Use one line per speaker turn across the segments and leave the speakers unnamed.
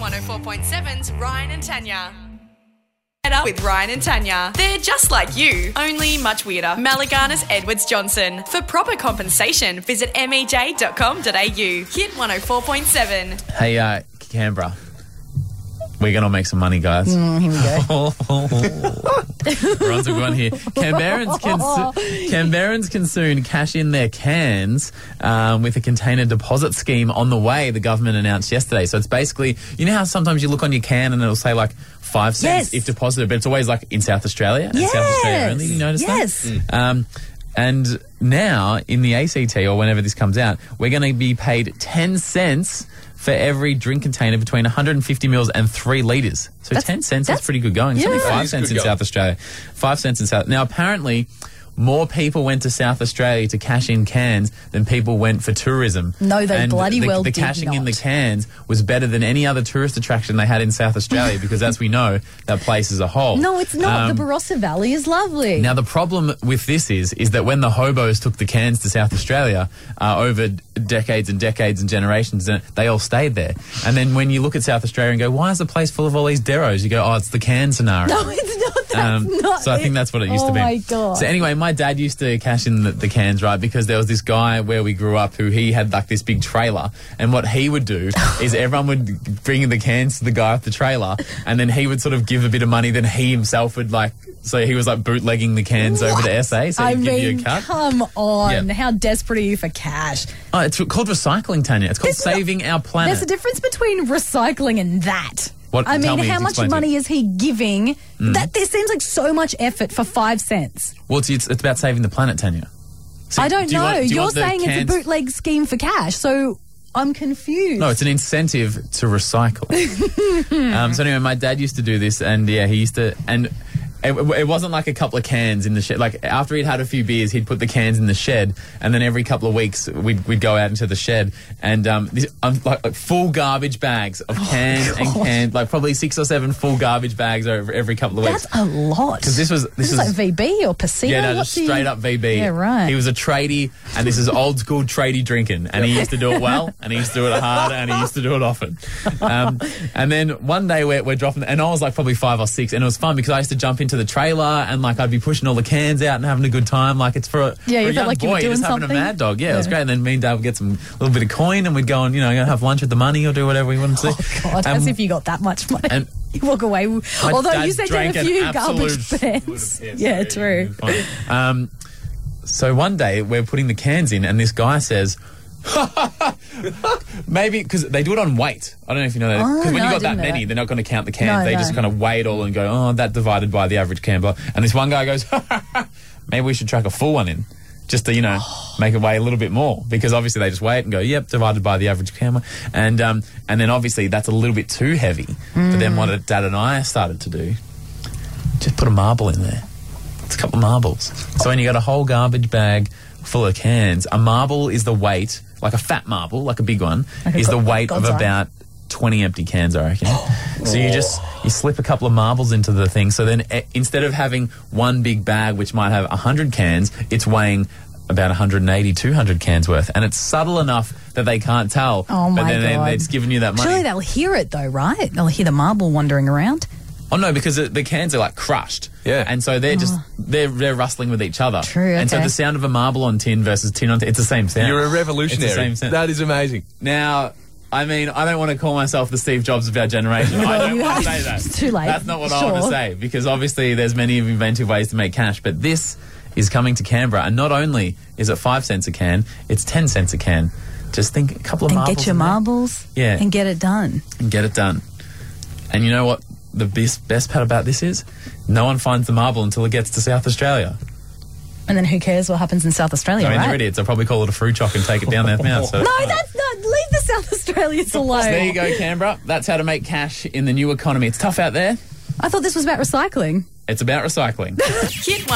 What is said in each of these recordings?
104.7's Ryan and Tanya. Head up with Ryan and Tanya. They're just like you, only much weirder. Malagana's Edwards Johnson. For proper compensation, visit E mej.com.au. Hit 104.7.
Hey, uh, Canberra. We're going to make some money, guys.
Mm, Here we go.
Ron's a good one here. Canberrans can, so- Canberrans can soon cash in their cans um, with a container deposit scheme on the way, the government announced yesterday. So it's basically, you know how sometimes you look on your can and it'll say like five cents
Yes.
if deposited, but it's always like in South Australia and South Australia only. You notice
Yes.
that? Um, and now in the ACT or whenever this comes out, we're going to be paid 10 cents for every drink container between 150 mils and 3 litres. So 10 cents is
that's-
pretty good going. It's only
Yeah.
5
is
cents in
good going.
South Australia. 5 cents in South. Now apparently more people went to South Australia to cash in cans than people went for tourism.
No, they
And
bloody
the,
well
the
did
cashing in
not.
the cans was better than any other tourist attraction they had in South Australia because, as we know, that place is a whole.
No, it's not.
Um,
the Barossa Valley is lovely.
now the problem with this is, is that when the hobos took the cans to South Australia uh, over d- decades and decades and generations, uh, they all stayed there. And then when you look at South Australia and go, why is the place full of all these deros? You go, oh, it's the can scenario.
no, it's not. That's
Um,
not
so I think that's what it used
oh
to be.
Oh my god.
So anyway, my dad used to cash in the, the cans, right? Because there was this guy where we grew up who he had like this big trailer, and what he would do is everyone would bring the cans to the guy off the trailer, and then he would sort of give a bit of money. Then he himself would like, so he was like bootlegging the cans over to SA, so
I
he'd give
mean,
you a cut.
come on.
Yeah.
How desperate are you for cash?
Oh, it's called recycling, Tanya. It's called
There's not-
saving our planet.
There's a difference between recycling and that.
What-
I mean,
tell me,
how much
explain to me. Mm-hmm.
money is he giving? That there seems like so much effort for five cents.
well, it's, it's it's about saving the planet, Tanya. So
I don't
do you
know.
want- do you
are
want the
saying
cans-
it's a bootleg scheme for cash, so I'm confused.
No, it's an incentive to recycle. um, so anyway, my dad used to do this, and yeah, he used to, and it, it wasn't like a couple of cans in the shed. Like after he'd had a few beers, he'd put the cans in the shed, and then every couple of weeks we'd, we'd go out into the shed, and um, this, um like, like full garbage bags of cans and cans, like probably six or seven full garbage bags over every couple of
that's
weeks.
a lot. Because
this was- this
is
is-
like VB or Pasino.
Yeah, no,
What's
just
the-
straight up VB.
Yeah, right.
He was a tradie, and this is old school tradie drinking. And he used to do it well, and he used to do it hard, and he used to do it often. Um, and then one day we're, we're dropping, and I was like probably five or six, and it was fun because I used to jump into the trailer and like I'd be pushing all the cans out and having a good time. Like it's for a, for
Yeah, you
a
felt
young
like you
boy
were
just
doing
having
something.
a mad dog. Yeah, it was
Yeah.
great. And then me and Dad would get some little bit of coin, and we'd go and you know have lunch at the money or do whatever we wanted to.
Oh, God,
And-
as if you got that much money.
and-
you walk away.
Um, my
Although
dad
you said you
drank
had a
an
few
absolute
garbage
slew
bins.
of piss.
Yeah, true.
Fine. Um, so one day we're putting the cans in, and this guy says, maybe because they do it on weight. I don't know if you know that.
Oh,
Because when
no, I
you got that
didn't know
many,
that.
they're not going to count the cans.
No,
they
no.
just kind of weigh it all and go, oh, that divided by the average camber. And this one guy goes, maybe we should chuck a full one in. Just to, you know, make it weigh a little bit more. Because obviously they just weigh it and go, yep, divided by the average camber. And um, and then obviously that's a little bit too heavy. But
Mm.
then what Dad and I started to do, just put a marble in there. It's a couple of marbles. So when you got a whole garbage bag full of cans, a marble is the weight, like a fat marble, like a big one,
Like a
is the
go-
weight of
Gonzo.
about twenty empty cans, I reckon. so you just you slip a couple of marbles into the thing. So then eh, instead of having one big bag which might have hundred cans, it's weighing. About 180, 200 cans worth, and it's subtle enough that they can't tell.
Oh my
but then
god!
They, they're just giving you that money.
Surely they'll hear it though, right? They'll hear the marble wandering around.
Oh no, because the- the cans are like crushed.
Yeah.
and so they're just they're they're rustling with each other.
Oh. True,
And so
okay.
the sound of a marble on tin versus tin on tin, it's the same sound.
You're a
It's the
revolutionary.
same sound.
That is amazing.
now, I mean, I don't want to call myself the Steve Jobs of our generation. I don't
you
want to say
have-
that.
it's too late.
That's not what I want to
Sure.
say because obviously there's many inventive ways to make cash, but this is coming to Canberra, and not only is it five cents a can, it's ten cents a can. Just think a couple of
And
marbles
get your
in there
marbles.
Yeah.
And get it done.
and get it done. And you know what the best best part about this is? No one finds the marble until it gets to South Australia.
And then who cares what happens in South Australia,
I mean,
right?
they're idiots. I'll probably call it a fruit chock and take it down their mouth. So.
No, that's not. Leave the South Australians alone.
There you go, Canberra. That's how to make cash in the new economy. It's tough out there.
I thought this was about recycling.
It's about recycling.
Hit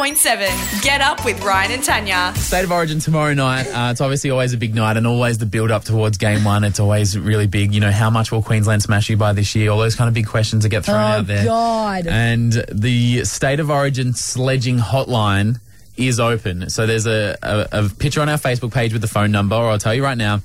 104.7. Get up with Ryan and Tanya.
State of Origin tomorrow night. Uh, it's obviously always a big night and always the build up towards game one. It's always really big. You know, how much will Queensland smash you by this year? All those kind of big questions that get thrown
Oh,
out there.
God.
And the State of Origin sledging hotline is open. So there's a, a, a picture on our Facebook page with the phone number, or I'll tell you right now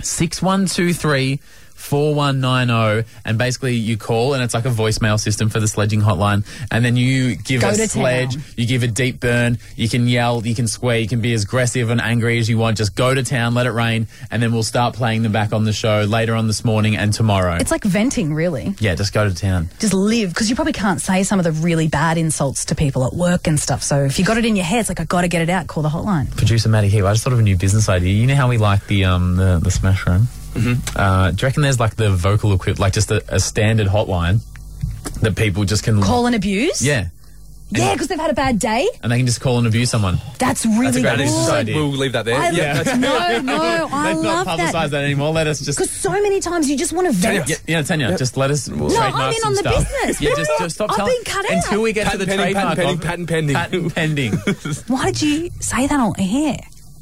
6123 4190. oh. And basically, you call, and it's like a voicemail system for the sledging hotline. And then you give
Go
a
to
sledge,
town.
you give a deep burn, you can yell, you can swear, you can be as aggressive and angry as you want. Just go to town, let it rain, and then we'll start playing them back on the show later on this morning and tomorrow.
It's like venting, really.
yeah, just go to town.
Just live, because you probably can't say some of the really bad insults to people at work and stuff. So if you got it in your head, it's like, I got to get it out, call the hotline.
Producer Maddie Heath, I just thought of a new business idea. You know how we like the um the, the smash room. Mm-hmm. Uh, do you reckon there's like the vocal equip, like just a, a standard hotline that people just can
Call and abuse?
Yeah,
Yeah, because they've had a bad day.
and they can just call and abuse someone.
That's really
great
good.
idea.
cool.
So-
We'll leave that there.
I
yeah.
love- no, no, I
Let's not
love
publicise that.
that.
anymore. Let us just
Because so many times you just want to vent.
Yeah, yeah, Tanya, just let us. No,
I'm in on the business.
Yeah, just, just stop
I've
telling.
been cut out.
until we get to the
Patent pending,
trademark. of-
patent pending, patent
Patent pending.
Why did you say that on air?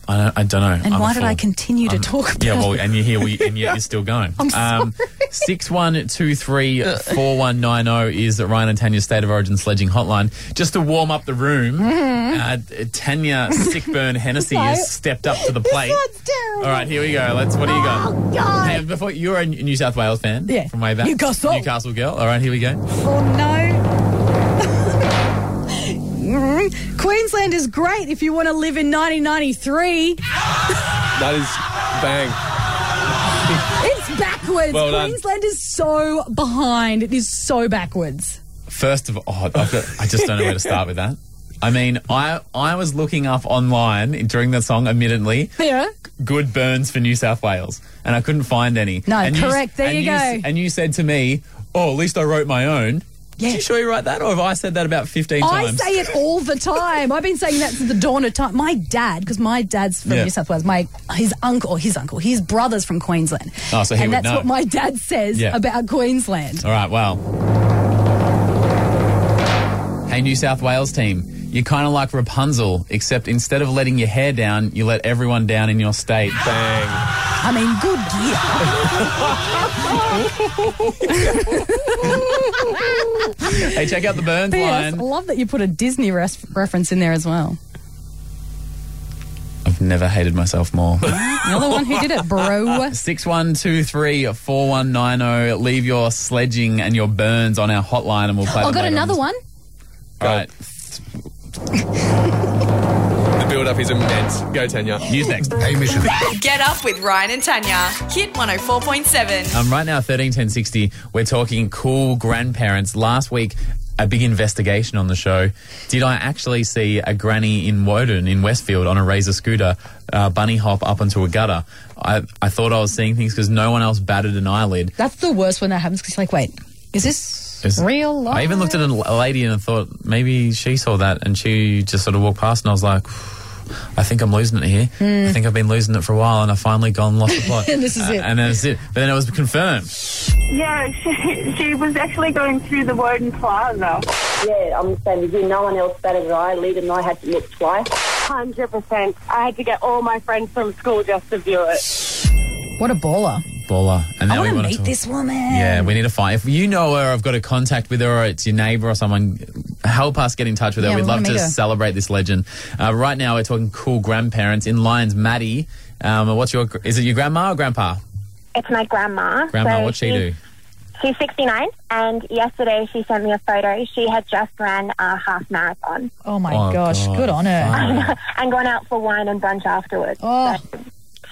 I don't. I don't know.
And
I'm
why
a
did
fool.
I continue to
I'm-
talk about
Yeah, well,
it?
and you're here, we, and yet you're still going. Um,
I'm sorry.
Six one two three four one nine zero is Ryan and Tanya's state of origin sledging hotline. Just to warm up the room,
Mm-hmm.
uh, Tanya Sickburn Hennessy has stepped up to the plate.
one's terrible.
All right, here we go. Let's. What do you got?
Oh, God.
Hey, before you're a New South Wales fan,
Yeah.
from way back,
Newcastle.
Newcastle girl. All right, here we go.
Oh no. Mm. Queensland is great if you want to live in 1993.
That is bang.
It's backwards.
Well done.
Queensland is so behind. It is so backwards.
First of all, oh, I've got- I just don't know where to start with that. I mean, I I was looking up online during the song, admittedly,
Yeah.
good burns for New South Wales, and I couldn't find any.
No,
and
correct. There
and
you
s-
go.
And you said to me, "Oh, at least I wrote my own."
Yeah.
Did you sure you write that, or have I said that about fifteen
I
times?
say it all the time. I've been saying that since the dawn of time. My dad, because my dad's from
Yeah.
New South Wales, my his uncle, or his uncle, his brother's from Queensland.
Oh, so he
and
would
that's
know.
what my dad says
Yeah.
about Queensland.
all right. Well, hey, New South Wales team, you're kind of like Rapunzel, except instead of letting your hair down, you let everyone down in your state.
Bang.
I mean, good gear.
hey, check out the Burns
P.S. I
line.
love that you put a Disney res- reference in there as well.
I've never hated myself more.
You're the one who did it, bro.
6123 4190. oh. Leave your sledging and your burns on our hotline and we'll play
I
them
got
later on
another
this-
one.
All right.
The build up is immense. Go, Tanya.
News next.
Hamish and
Get up with Ryan and Tanya. Hit 104.7.
Um, right now, 131060, we're talking cool grandparents. Last week, a big investigation on the show. Did I actually see a granny in Woden, in Westfield, on a Razor scooter, uh, bunny hop up into a gutter? I, I thought I was seeing things because no one else batted an eyelid.
That's the worst when that happens because like, wait, is this
Is-
real life?
I even looked at a, a lady and I thought maybe she saw that and she just sort of walked past and I was like, I think I'm losing it here. I think I've been losing it for a while and I finally gone and lost the plot.
And Hmm. this is it.
And then it's it. But then it was confirmed.
Yeah, she, she was actually going through the Woden Plaza.
Yeah, I'm the same as you. No one else batted an eyelid, and I had to look twice.
100%. I had to get all my friends from school just to view it.
what a baller.
Baller. And
I
now we
want to
wanna
meet
talk-
this woman.
Yeah, we need to find. If you know her, I've got a contact with her, or it's your neighbour or someone, help us get in touch with her.
Yeah,
We'd
we
love
wanna
to
meet her.
celebrate this legend. Uh, right now, we're talking cool grandparents in Lions. Maddie, um, what's your? Is it your grandma or grandpa?
It's my grandma.
Grandma,
So
what's she do?
she's- She's 69, and yesterday she sent me a photo. She had just ran a half marathon
Oh my
Oh,
gosh,
God.
good on her.
Fine.
and gone out for wine and brunch afterwards.
Oh.
So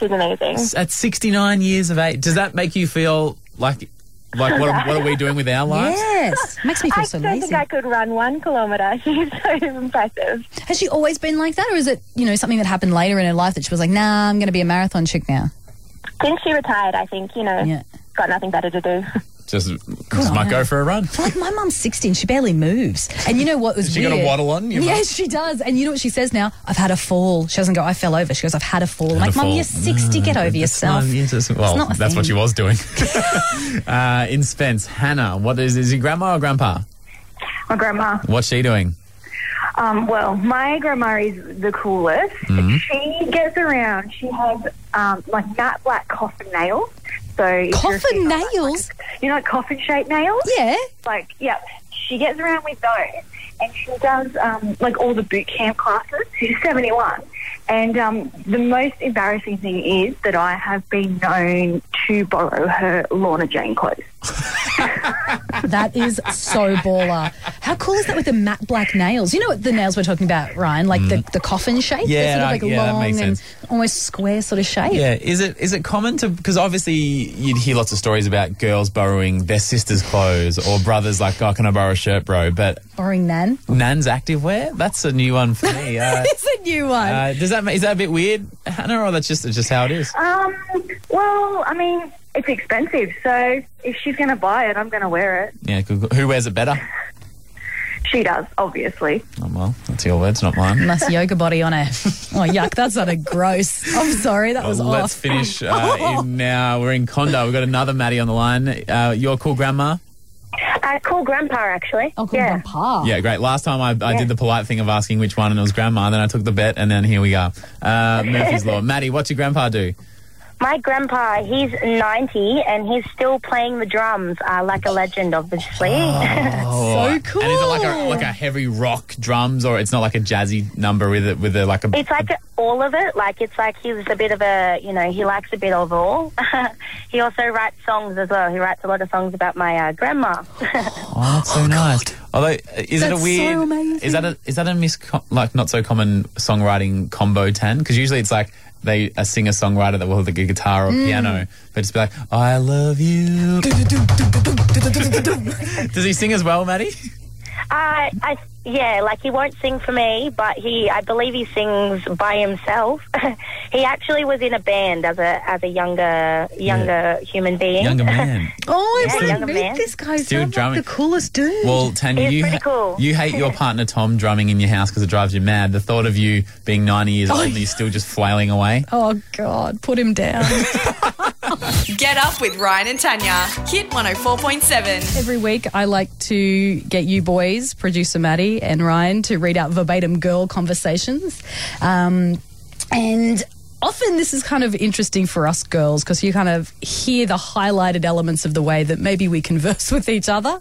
she's amazing.
at 69 years of age, does that make you feel like, like what, are, what are we doing with our lives?
Yes, makes me feel
I
so
don't
lazy.
think I could run one kilometre. She's so impressive.
Has she always been like that, or is it you know something that happened later in her life that she was like, nah, I'm going to be a marathon chick now?
Since she retired, I think, you know,
Yeah.
got nothing better to do.
Just, just might go for a run.
Like my mum's 60 and she barely moves. And you know what was
Has she
weird?
got a waddle on, your
Yeah,
mum?
she does. And you know what she says now? I've had a fall. She doesn't go, I fell over. She goes, I've had a fall. I'm like, mum,
Wonderful.
you're 60. get
No,
over
it's
yourself.
not- it's- well,
It's not a
that's what she
thing.
was doing. uh, in Spence, Hannah, what is, is your grandma or grandpa?
My grandma.
What's she doing?
Um, well, my grandma is the coolest.
Mm-hmm.
She gets around. She has um, like matte black coffin nails. So if you're a
Coffin
female, like-
nails?
you know, like coffin shaped nails.
Yeah.
Like, yeah, she gets around with those, and she does um, like all the boot camp classes. She's seventy one, and um, the most embarrassing thing is that I have been known to borrow her Lorna Jane clothes.
That is so baller. How cool is that with the matte black nails? You know what the nails we're talking about, Ryan? Like the, the coffin shape?
Mm. Yeah,
They're sort
no,
of like
yeah, that
long
makes
and
sense.
almost square sort of shape.
Yeah, is it is it common to because obviously you'd hear lots of stories about girls borrowing their sister's clothes or brothers like, oh, can I borrow a shirt, bro? But
Boring Nan.
Nan's activewear, that's a new one for me. Uh,
It's a new one.
uh, does that ma- is that a bit weird, Hannah, or that's just just how it is?
Um, well, I mean, it's expensive, so if she's going to buy it, I'm going to wear it.
Yeah, good- who wears it better?
She does, obviously.
Oh, well, that's your words, not mine.
Nice yoga body on her. Oh, yuck. That's not a gross. I'm sorry. That was
Oh, Let's
off.
finish uh, in now. We're in Condo. We've got another Maddie on the line. Uh, your cool grandma.
Uh, call Grandpa, actually.
Oh, good
Yeah.
grandpa.
Yeah, great. Last time I, I did the polite thing of asking which one, and it was grandma. Then I took the bet, and then here we are. Uh, Murphy's Law. Maddie, what's your grandpa do?
My grandpa, he's 90 and he's still playing the drums uh, like a legend, obviously.
Ah. So cool.
Oh, And is it like a like a heavy rock drums, or it's not like a jazzy number with it with a like a?
it's like all of it. Like, it's like he's a bit of a, you know, he likes a bit of all. he also writes songs as well. He writes a lot of songs about my uh, grandma.
oh, that's so nice. Although, uh, is it
That's
a
so
weird?
amazing.
is that a is that a mis like not so common songwriting combo ten? Because usually it's like. They a singer songwriter that will have the guitar
Mm.
or piano, but it's like I love you. Does he sing as well, Maddie?
Uh, I yeah, like he won't sing for me, but he I believe he sings by himself. he actually was in a band as a as a younger younger human being.
Younger man.
oh, I
Yeah,
want
younger
to meet
man.
this guy.
Still
Sounds like
drumming.
the coolest dude.
Well, Tanya,
It's
you,
pretty cool.
you hate your partner Tom drumming in your house because it drives you mad. The thought of you being 90 years old and you're still just flailing away.
oh, God. Put him down.
Get up with Ryan and Tanya. Hit 104.7.
Every week, I like to get you boys, producer Maddie and Ryan, to read out verbatim girl conversations. Um, and often this is kind of interesting for us girls because you kind of hear the highlighted elements of the way that maybe we converse with each other.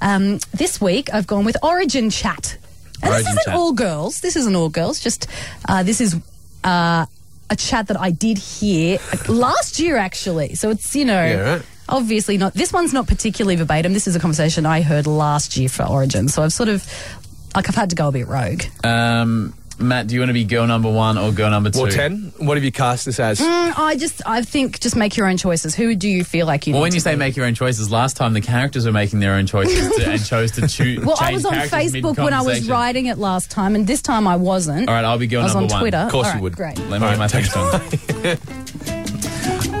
Um, this week, I've gone with Origin Chat. And
Origin
this isn't
Chat.
all girls. This isn't all girls. Just uh, this is. Uh, a chat that I did hear last year, actually. So it's, you know,
Yeah, right.
obviously not. This one's not particularly verbatim. This is a conversation I heard last year for Origin. So I've sort of, like, I've had to go a bit rogue.
Um, Matt, do you want to be girl number one or girl number two?
Well, 10, what have you cast this as?
Mm, I just, I think, just make your own choices. Who do you feel like you?
Well,
need
when you
to
say
be?
make your own choices, last time the characters were making their own choices to, and chose to choose.
well, I was on Facebook when I was writing it last time, and this time I wasn't.
All right, I'll be girl
I was
number one.
on Twitter.
Of course
All
you
right,
would.
Great.
Let me get my text on.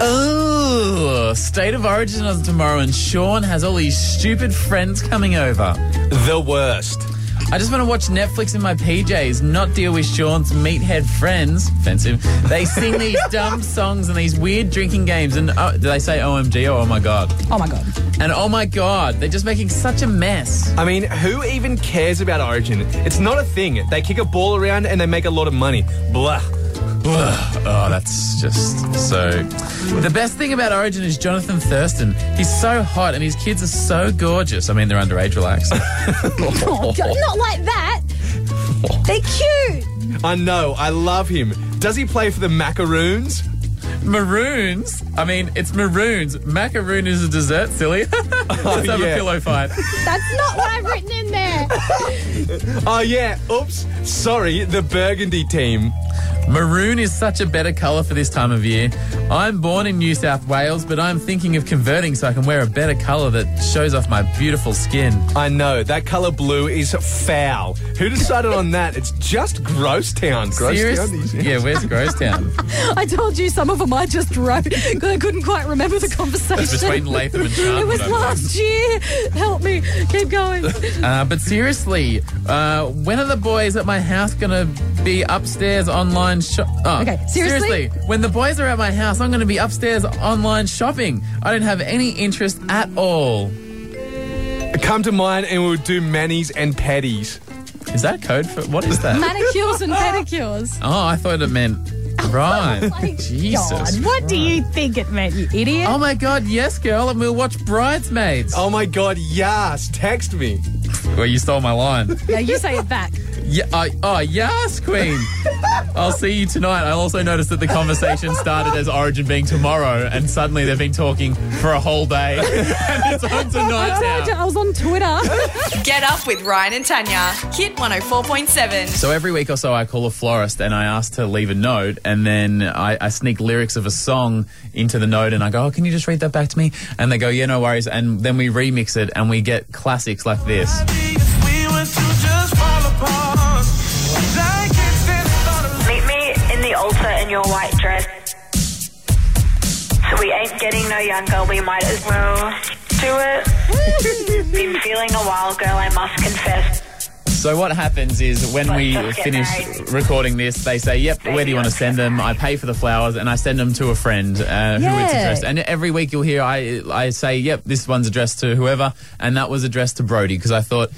Oh, state of origin of tomorrow, and Sean has all these stupid friends coming over.
The worst.
I just want to watch Netflix in my PJs, not deal with Sean's meathead friends. Offensive. They sing these dumb songs and these weird drinking games. And oh, do they say OMG or oh my god?
Oh my god.
And oh my god, they're just making such a mess.
I mean, who even cares about Origin? It's not a thing. They kick a ball around and they make a lot of money. Blah.
oh, that's just so. The best thing about Origin is Jonathan Thurston. He's so hot and his kids are so gorgeous. I mean, they're underage, relax.
Oh, God, Not like that. They're cute.
I know. I love him. Does he play for the Macaroons?
maroons? I mean, it's maroons. Macaroon is a dessert, silly. Let's have a
yeah.
pillow fight.
That's not what I've written in there.
Oh yeah. Oops. Sorry. The Burgundy team.
Maroon is such a better colour for this time of year. I'm born in New South Wales, but I'm thinking of converting so I can wear a better colour that shows off my beautiful skin.
I know that color blue is foul. Who decided on that? It's just Gross Town. Gross
Serious?
Town. these-
Yeah, where's Grosstown?
I told you some of them I just wrote because I couldn't quite remember the conversation.
It's between Latham and Charlton.
It was
I believe.
last year. Help me. Keep going.
Uh, but seriously, uh, when are the boys at my house gonna be upstairs online shop? Oh,
Okay, seriously?
When the boys are at my house, I'm gonna be upstairs online shopping. I don't have any interest at all.
Come to mine and we'll do manis and patties.
Is that code for what is that?
Manicures and pedicures.
Oh, I thought it meant right. Jesus.
Oh God, what do you think it meant, you idiot?
Oh my God, yes, girl, and we'll watch Bridesmaids.
Oh my God. Oh Yes. Text me.
well, you stole my line.
Now you say it back.
Yeah, uh, oh, yes, Queen. I'll see you tonight. I also noticed that the conversation started as Origin being tomorrow, and suddenly they've been talking for a whole day. and it's on tonight now.
I was on Twitter.
Get up with Ryan and Tanya. Hit 104.7.
So every week or so, I call a florist and I ask to leave a note, and then I, I sneak lyrics of a song into the note, and I go, "Oh, can you just read that back to me?" And they go, "Yeah, no worries." And then we remix it, and we get classics like this.
Meet me in the altar in your white dress. So we ain't getting no younger, we might as well do it. Been feeling a while, girl, I must confess.
So what happens is when we
Let's get
finish
married.
recording this, they say, "Yep, where do you want to send them?" I pay for the flowers and I send them to a friend uh, who it's
Yeah.
addressed. And every week you'll hear I I say, "Yep, this one's addressed to whoever," and that was addressed to Brody because I thought.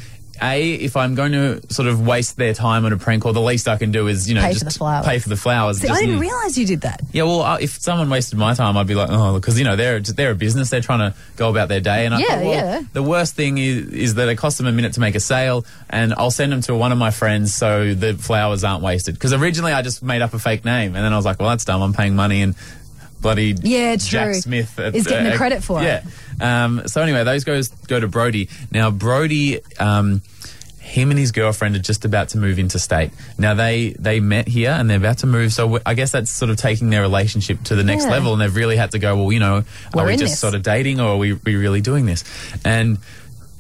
A, if I'm going to sort of waste their time on a prank call, the least I can do is, you know,
Pay for
just
the flowers.
pay for the flowers.
I
Just-
didn't
mm.
realize you did that.
Yeah, well, uh, if someone wasted my time, I'd be like, oh, because you know they're they're a business, they're trying to go about their day, and I
Yeah,
thought, well,
yeah.
the worst thing is, is that it costs them a minute to make a sale, and I'll send them to one of my friends so the flowers aren't wasted. Because originally I just made up a fake name, and then I was like, well, that's dumb. I'm paying money and bloody
Yeah,
Jack
true.
Smith at-
Is getting the credit for it.
yeah. Um, so anyway, those goes go to Brody. Now Brody, um, him and his girlfriend are just about to move interstate. Now they they met here and they're about to move. So w- I guess that's sort of taking their relationship to the next
Yeah.
level. And they've really had to go. Well, you know, are
We're
we
in
just
this.
sort of dating or are we, we really doing this? And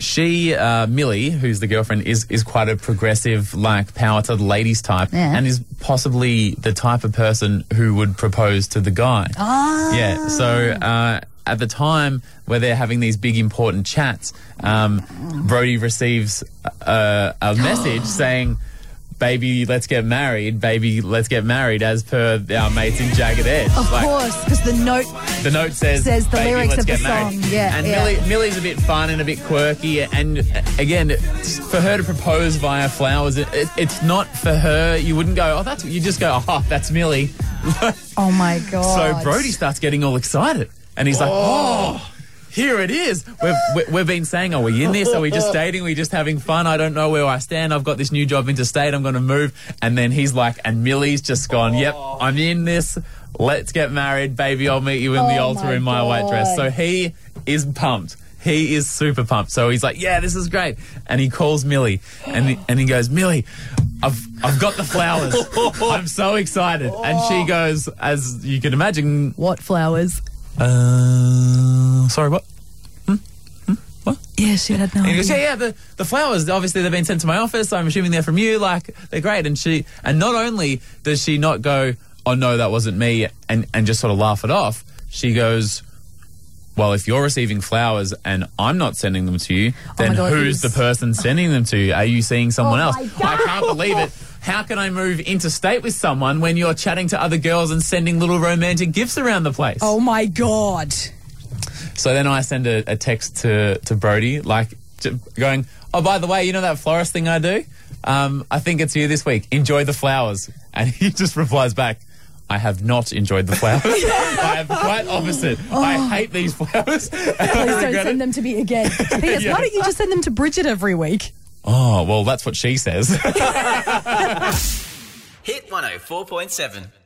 she, uh, Millie, who's the girlfriend, is is quite a progressive, like power to the ladies type,
Yeah.
and is possibly the type of person who would propose to the guy. Yeah. So uh, at the time where they're having these big important chats, um, Brody receives a, a message saying, "Baby, let's get married. Baby, let's get married." As per our mates in Jagged Edge.
Of
Like,
course, because the note.
the note says,
Says the
"Baby,
lyrics
let's
of the
get married."
song. Yeah,
and
yeah.
Millie, Millie's a bit fun and a bit quirky, and uh, again, it's- for her to propose via flowers, it, it, it's not for her. You wouldn't go, "Oh, that's." You just go, "Oh, that's Millie."
Oh my god.
So Brody starts getting all excited, and he's like, "Oh, here it is. We've we- we've been saying, are we in this? Are we just dating? Are we just having fun? I don't know where I stand. I've got this new job interstate. I'm going to move." And then he's like, "And Millie's just gone. Yep, I'm in this. Let's get married, baby. I'll meet you in the
Oh
altar
my
in my white dress."
God.
So he is pumped. He is super pumped. So he's like, "Yeah, this is great." And he calls Millie, and he, and he goes, "Millie, I've I've got the flowers. I'm so excited." And she goes, as you can imagine,
What flowers?
uh, "Sorry, what?" Hmm?
Yeah, she had no
And he goes,
idea.
"Yeah, yeah, the, the flowers. Obviously, they've been sent to my office. I'm assuming they're from you. Like they're great." And she, and not only does she not go, "Oh no, that wasn't me," and and just sort of laugh it off. She goes. Well, if you're receiving flowers and I'm not sending them to you, then
Oh God,
who's
he's-
the person sending them to? you? Are you seeing someone
Oh
else?
my
I can't believe it. How can I move interstate with someone when you're chatting to other girls and sending little romantic gifts around the place?
Oh my god.
So then I send a, a text to, to Brody, like j- going, Oh, by the way, you know that florist thing I do? Um, I think it's you this week. Enjoy the flowers. And he just replies back, I have not enjoyed the flowers. I am quite opposite. I hate these flowers. And I
Please don't
regret it.
send them to me again. P.S. Why don't you just send them to Bridget every week?
Oh, well, that's what she says.
Hit 104.7.